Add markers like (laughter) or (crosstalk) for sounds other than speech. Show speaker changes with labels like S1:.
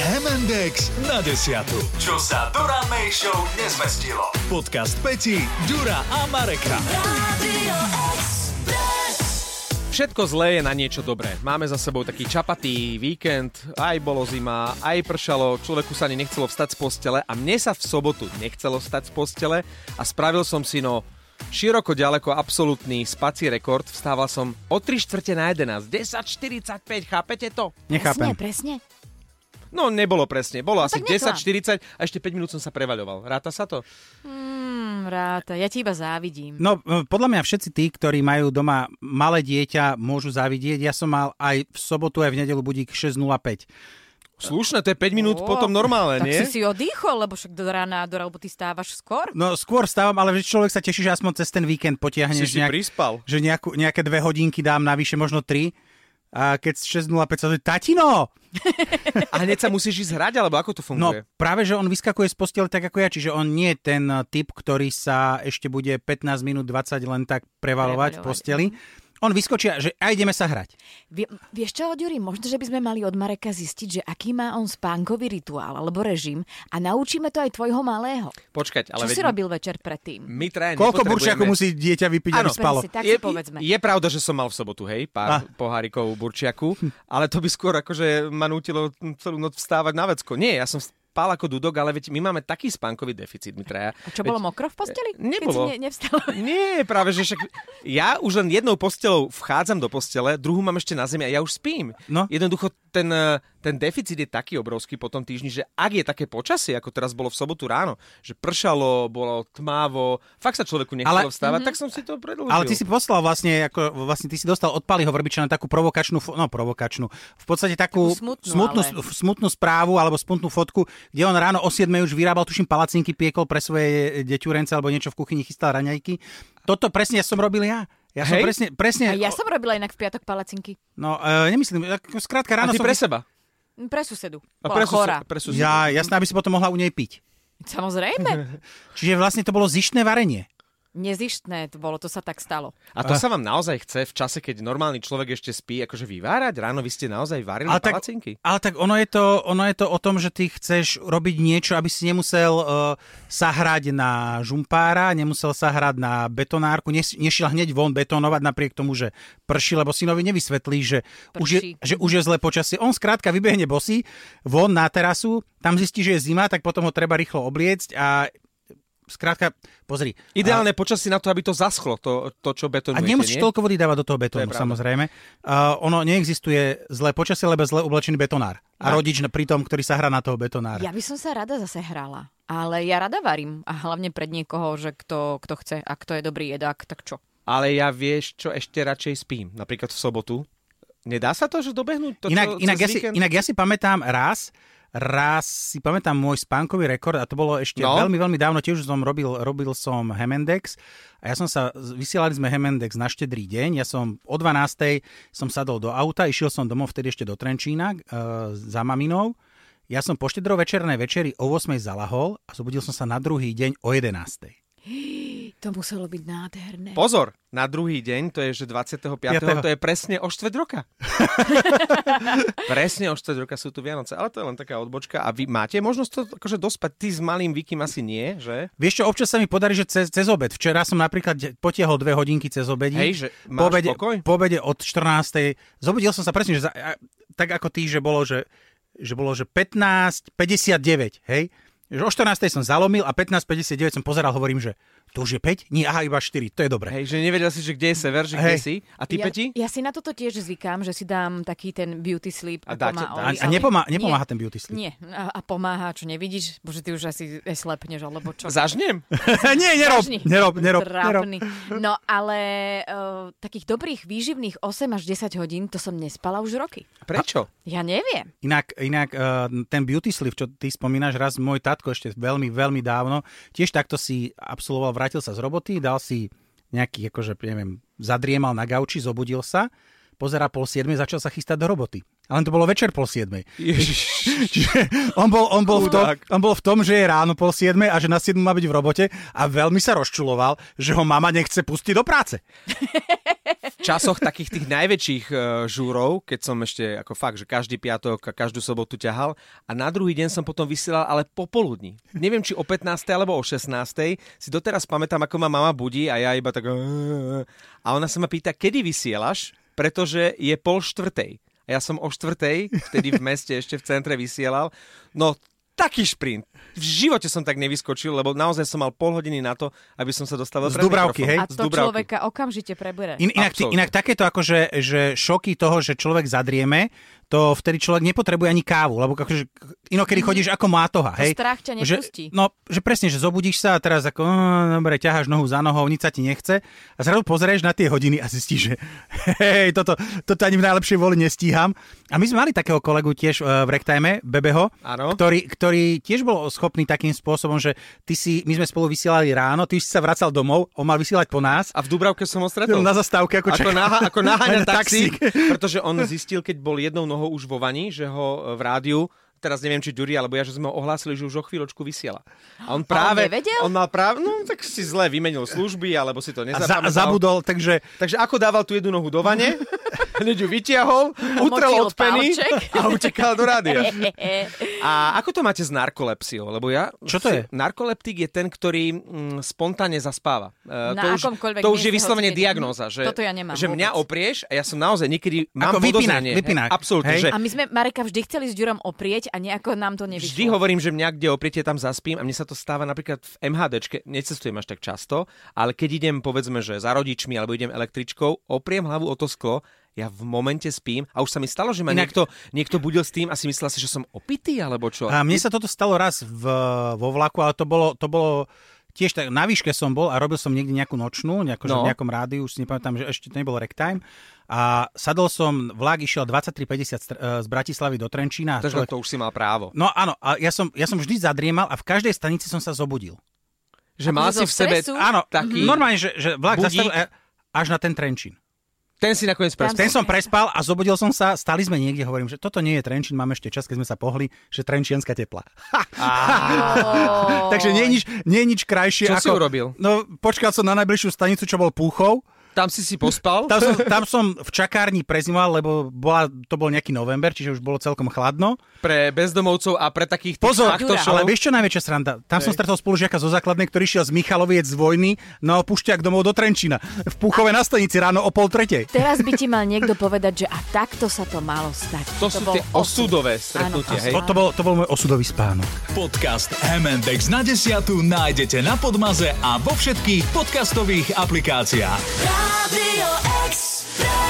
S1: Index na desiatu. Čo sa Dura May Show nezmestilo. Podcast Peti, Dura a Mareka.
S2: Všetko zlé je na niečo dobré. Máme za sebou taký čapatý víkend, aj bolo zima, aj pršalo, človeku sa ani nechcelo vstať z postele a mne sa v sobotu nechcelo vstať z postele a spravil som si no široko ďaleko absolútny spací rekord. Vstával som o 3 čtvrte na 11, 10.45, chápete to?
S3: Presne,
S4: Nechápem.
S3: presne.
S2: No nebolo presne, bolo asi
S3: tak neklám.
S2: 10.40 a ešte 5 minút som sa prevaľoval. Ráta sa to?
S3: Mm, ráta, ja ti iba závidím.
S4: No, e, podľa mňa všetci tí, ktorí majú doma malé dieťa, môžu zavidieť. Ja som mal aj v sobotu, aj v nedelu budík 6.05.
S2: Slušné, to je 5 minút
S3: Ó,
S2: potom normálne,
S3: tak
S2: nie?
S3: si si odýchol, lebo však do rána, do rána, lebo ty stávaš skôr.
S4: No, skôr stávam, ale že človek sa teší, že aspoň cez ten víkend potiahneš
S2: si prispal.
S4: že nejakú, nejaké dve hodinky dám navyše, možno tri. A keď 6.05 sa to tatino!
S2: A hneď sa musíš ísť hrať, alebo ako to
S4: No
S2: funguje?
S4: práve, že on vyskakuje z postele tak ako ja, čiže on nie je ten eh, typ, ktorý sa ešte bude 15 minút 20 len tak prevalovať v
S3: Prevaľovať,
S4: posteli. On vyskočia, že a ideme sa hrať.
S3: Vie, vieš čo, Ďuri, možno, že by sme mali od Mareka zistiť, že aký má on spánkový rituál alebo režim a naučíme to aj tvojho malého.
S2: Počkať, ale
S3: Ale Čo
S2: veď
S3: si robil večer predtým?
S2: my traja
S4: Koľko
S2: nepotrebujeme-
S4: burčiakov musí dieťa vypiť, aby
S2: Áno.
S4: spalo?
S3: Presne, tak si povedzme.
S2: Je pravda, že som mal v sobotu, hej, pár
S4: Ah. Hm.
S2: pohárikov burčiaku, ale to by skôr akože ma nutilo celú noc vstávať na vecko. Nie, ja som spal ako dudok, ale veď my máme taký spánkový deficit, my traja.
S3: A čo, bolo
S2: Veď-
S3: mokro v
S2: E,
S3: posteli?
S2: nebolo.
S3: Keď si ne, nevstal.
S2: Nie, práve, že však ja už len jednou postelou vchádzam do postele, druhú mám ešte na zemi a ja už spím.
S4: No.
S2: Jednoducho ten, eh, ten deficit je taký obrovský po tom týždni, že ak je také počasie, ako teraz bolo v sobotu ráno, že pršalo, bolo tmávo, fakt sa človeku nechcelo
S4: Ale-
S2: vstávať, tak som si to predlžil.
S4: Ale ty si poslal vlastne, ako, vlastne ty si dostal od Paliho Vrbiča na takú provokačnú, fo- no provokačnú, v podstate takú,
S3: Takú smutnú,
S4: smutnú,
S3: ale.
S4: s- smutnú správu alebo smutnú fotku, kde on ráno o 7 už vyrábal, tuším, palacinky, piekol pre svoje eh, deťurence alebo niečo v kuchyni, chystal raňajky. Toto presne ja som robil ja. Ja som
S2: Hej.
S4: presne, presne,
S3: A ja som robila inak v piatok palacinky.
S4: no e, nemyslím, ako skrátka
S2: a
S4: ráno
S2: ty
S4: som...
S2: pre seba.
S3: Mm, Pre susedu.
S2: A
S3: Bola
S2: pre sused-
S3: chorá.
S2: pre susedu.
S4: Ja, jasné, aby si potom mohla u nej piť.
S2: (laughs)
S3: Samozrejme.
S4: Čiže vlastne to bolo zištné varenie.
S3: Nezištné to bolo, to sa tak stalo.
S2: A to sa vám naozaj chce v čase, keď normálny človek ešte spí, akože vyvárať? Ráno vy ste naozaj varili
S4: Ale
S2: Hm,
S4: tak,
S2: palacinky?
S4: ale tak ono, je to, ono je to o tom, že ty chceš robiť niečo, aby si nemusel uh, sa hrať na žumpára, nemusel sa hrať na betonárku, nes, nešiel hneď von betonovať napriek tomu, že prší, lebo synovi nevysvetlí, že, už je,
S3: Prší.
S4: že už je zlé počasie. On skrátka vybehne bosý von na terasu, tam zistí, že je zima, tak potom ho treba rýchlo obliecť a skrátka, pozri.
S2: Ideálne počasie na to, aby to zaschlo, to, to čo
S4: A
S2: betonujete,
S4: nemusíš
S2: nie?
S4: toľko vody dávať do toho betónu,
S2: To je pravda.
S4: samozrejme. Uh, ono neexistuje zlé počasie, lebo zle oblečený betonár. A rodič na- pri tom, ktorý sa hrá na toho betonára.
S3: Ja by som sa rada zase hrala. Ale ja rada varím. A hlavne pred niekoho, že kto, kto chce a kto je dobrý jedák, tak čo?
S2: Ale ja vieš, čo ešte radšej spím. Napríklad v sobotu. Nedá sa to, že dobehnúť to, čo,
S4: inak, inak,
S2: cez
S4: ja si,
S2: víkend?
S4: inak ja si pamätám raz, raz si pamätám môj spánkový rekord a to bolo ešte
S2: No.
S4: no. veľmi, veľmi dávno, tiež som robil, robil som Hemendex a ja som sa, vysielali sme Hemendex na štedrý deň, ja som o 12. som sadol do auta, išiel som domov vtedy ešte do Trenčína e, za maminou, ja som po štedrovečernej večeri o 8. zalahol a zobudil som sa na druhý deň o 11.
S3: To muselo byť nádherné.
S2: Pozor, na druhý deň, to je že 25.
S4: Piatého.
S2: to je presne o štvrt
S4: (laughs)
S2: roka. presne o štvrt roka sú tu Vianoce, ale to je len taká odbočka. A vy máte možnosť to akože dospať? Ty s malým Vikym asi nie, že?
S4: Vieš čo, občas sa mi podarí, že cez, cez obed. Včera som napríklad potiahol dve hodinky cez obedí.
S2: Hej, že máš
S4: po obede,
S2: pokoj?
S4: po obede od 14. Zobudil som sa presne, že za, a, tak ako ty, že bolo, že, že bolo, že 15, 59, hej? Že o 14. som zalomil a 15.59 som pozeral, hovorím, že to už je 5? Nie, aha, iba 4, to je dobre.
S2: Hej, že nevedel si, že kde je sever, že kde
S4: Hej.
S2: si. A ty,
S3: ja,
S2: Peti?
S3: ja si na toto tiež zvykám, že si dám taký ten beauty sleep.
S2: A
S3: A,
S2: dáte-
S3: dáte, má
S2: dá-
S4: A,
S3: on,
S4: a
S3: ale-
S4: nepomá, nepomáha
S3: nie,
S4: ten beauty sleep.
S3: Nie, a, a pomáha, čo nevidíš? Bože, ty už asi aj slepneš, alebo
S2: (laughs)
S3: čo?
S2: Zažnem?
S4: (laughs) Nie, nerob,
S3: Vážne.
S4: nerob, nerob, nerob.
S3: Trápny. No ale uh, takých dobrých výživných 8 až 10 hodín, to som nespala už roky.
S4: (laughs)
S2: Prečo?
S3: Ja neviem.
S4: Inak, inak uh, ten beauty sleep, čo ty spomínaš raz, môj tatko ešte veľmi, veľmi dávno, tiež takto si absolvoval, vrátil sa z roboty, dal si nejaký, akože, neviem, zadriemal na gauči, zobudil sa, pozera pol siedme, začal sa chystať do roboty. Ale to bolo večer pol siedmej. (laughs) Čiže on bol, on, bol v tom,
S2: Chudák.
S4: on bol v tom, že je ráno pol siedmej a že na siedmu má byť v robote a veľmi sa rozčuloval, že ho mama nechce pustiť do práce.
S2: V časoch takých tých najväčších eh, žúrov, keď som ešte ako fakt, že každý piatok a každú sobotu ťahal a na druhý deň som potom vysielal, ale popoludní. Neviem, či o 15. alebo o 16. Si doteraz pamätám, ako ma mama budí a ja iba tak... "Eh." A ona sa ma pýta, kedy vysielaš, pretože je pol štvrtej. A ja som o štvrtej, vtedy v meste, ešte v centre vysielal. No, taký šprint. V živote som tak nevyskočil, lebo naozaj som mal pol hodiny na to, aby som sa dostal
S4: Z
S2: pred
S4: Dubravky,
S2: mikrofón.
S4: hej?
S3: A
S2: Z
S3: to
S2: Dubravky.
S3: človeka okamžite prebere.
S4: In, inak, ty,
S2: Absolútne.
S4: inak takéto akože že šoky toho, že človek zadrieme, to vtedy človek nepotrebuje ani kávu, lebo akože inokedy chodíš ako mátoha,
S3: Mhm. To
S4: hej?
S3: strach ťa nepustí.
S4: Že, no, že presne, že zobudíš sa a teraz ako, "Mm, dobre, ťaháš nohu za nohou, nič sa ti nechce a zrazu pozrieš na tie hodiny a zistíš, že (laughs) hej, toto, toto ani v najlepšej voli nestíham. A my sme mali takého kolegu tiež eh, v Rektime, Bebeho,
S2: Áno.
S4: ktorý, ktorý tiež bol schopný takým spôsobom, že ty si, my sme spolu vysielali ráno, ty si sa vracal domov, on mal vysielať po nás
S2: A v Dubravke som ho stretol.
S4: na zastávke, ako,
S2: Ako,
S4: čaká-
S2: náha, ako naháňa
S4: (laughs) na
S2: taxík, pretože on zistil, keď bol jednou nohou už vo vani, že ho e, v rádiu teraz neviem, či Ďuri alebo ja, že sme ho ohlásili, že už o chvíľočku vysiela. A on práve...
S3: nevedel?
S2: on mal práve... No, tak si zle vymenil služby, alebo si to
S4: A za,
S2: nezapamätal.
S4: zabudol, takže
S2: Takže ako dával tú jednu nohu do
S4: (laughs)
S2: vane, hneď ju vytiahol, utrel
S3: Omočil
S2: od peny
S3: palček.
S2: a utekal do
S3: (laughs)
S2: rádia.
S3: Eh,
S2: A ako to máte s narkolepsiou? Lebo ja...
S4: Čo to je?
S2: Narkoleptik je ten, ktorý mm, spontánne zaspáva. E,
S3: Na
S2: to už,
S3: akomkoľvek
S2: to už je
S3: mieste
S2: vyslovene
S3: hoci kedy.
S2: diagnóza. Že,
S3: Toto ja nemám
S2: Že mňa
S3: vôbec.
S2: oprieš a ja som naozaj niekedy... Mám
S4: Ako vypínak,
S2: podozrenie.
S4: vypínak,
S2: Absolútne,
S4: hej?
S2: že
S3: A my sme Mareka vždy chceli s Ďurom oprieť a nejako nám to nevyšlo.
S2: vždy hovorím, že mňa kde opriete, tam zaspím a mne sa to stáva napríklad v MHDčke, necestujem až tak často, ale keď idem povedzme, že za rodičmi alebo idem električkou, opriem hlavu o to sklo, ja v momente spím a už sa mi stalo, že ma
S4: Inak-
S2: niekto, niekto budil s tým a si myslel si, že som opitý alebo čo.
S4: a mne sa toto stalo raz v, vo vlaku, ale to bolo, to bolo tiež tak, na výške som bol a robil som niekde nejakú nočnú, nejako, že
S2: No.
S4: v nejakom rádiu, už si nepamätám, že ešte to nebol ragtime. A sadol som, vlak išiel 23.50 str- e, z Bratislavy do Trenčína.
S2: Takže na to už si mal právo.
S4: No áno, a ja som, ja som vždy zadriemal a v každej stanici som sa zobudil.
S2: Že má si
S3: zo
S2: v sebe
S3: stresu?
S4: Áno,
S2: taký...
S4: normálne, že, že vlak
S2: Budík.
S4: zastavil e, až na ten Trenčín.
S2: Ten si nakoniec prespal.
S4: Ten som prespal a zobudil som sa, stali sme niekde, hovorím, že toto nie je Trenčín, máme ešte čas, keď sme sa pohli, že Trenčianska tepla.
S3: Oh.
S4: (laughs) Takže nie je nič, nie je nič krajšie
S2: Čo
S4: ako...
S2: si urobil?
S4: No, počkal som na najbližšiu stanicu, čo bol Púchov.
S2: Tam si si pospal?
S4: Tam som, tam som v čakárni prezimoval, lebo bola, to bol nejaký november, čiže už bolo celkom chladno.
S2: Pre bezdomovcov a pre takých tých
S4: Pozor,
S2: faktošov.
S4: ale vieš čo je najväčšia sranda? Tam som stretol spolužiaka zo základnej, ktorý šiel z Michaloviec z vojny na opušťak domov do Trenčína. V Púchove na stanici ráno o pol tretej.
S3: Teraz by ti mal niekto povedať, že a takto sa to malo stať.
S2: To sú
S3: bol
S2: tie
S3: osud.
S2: osudové stretnutie,
S3: Áno,
S2: hej?
S4: To, to, bol, to bol môj osudový spánok.
S1: Podcast MNDX na desiatu nájdete na Podmaze a vo všetkých podcastových aplikáciách.
S5: Radio Express.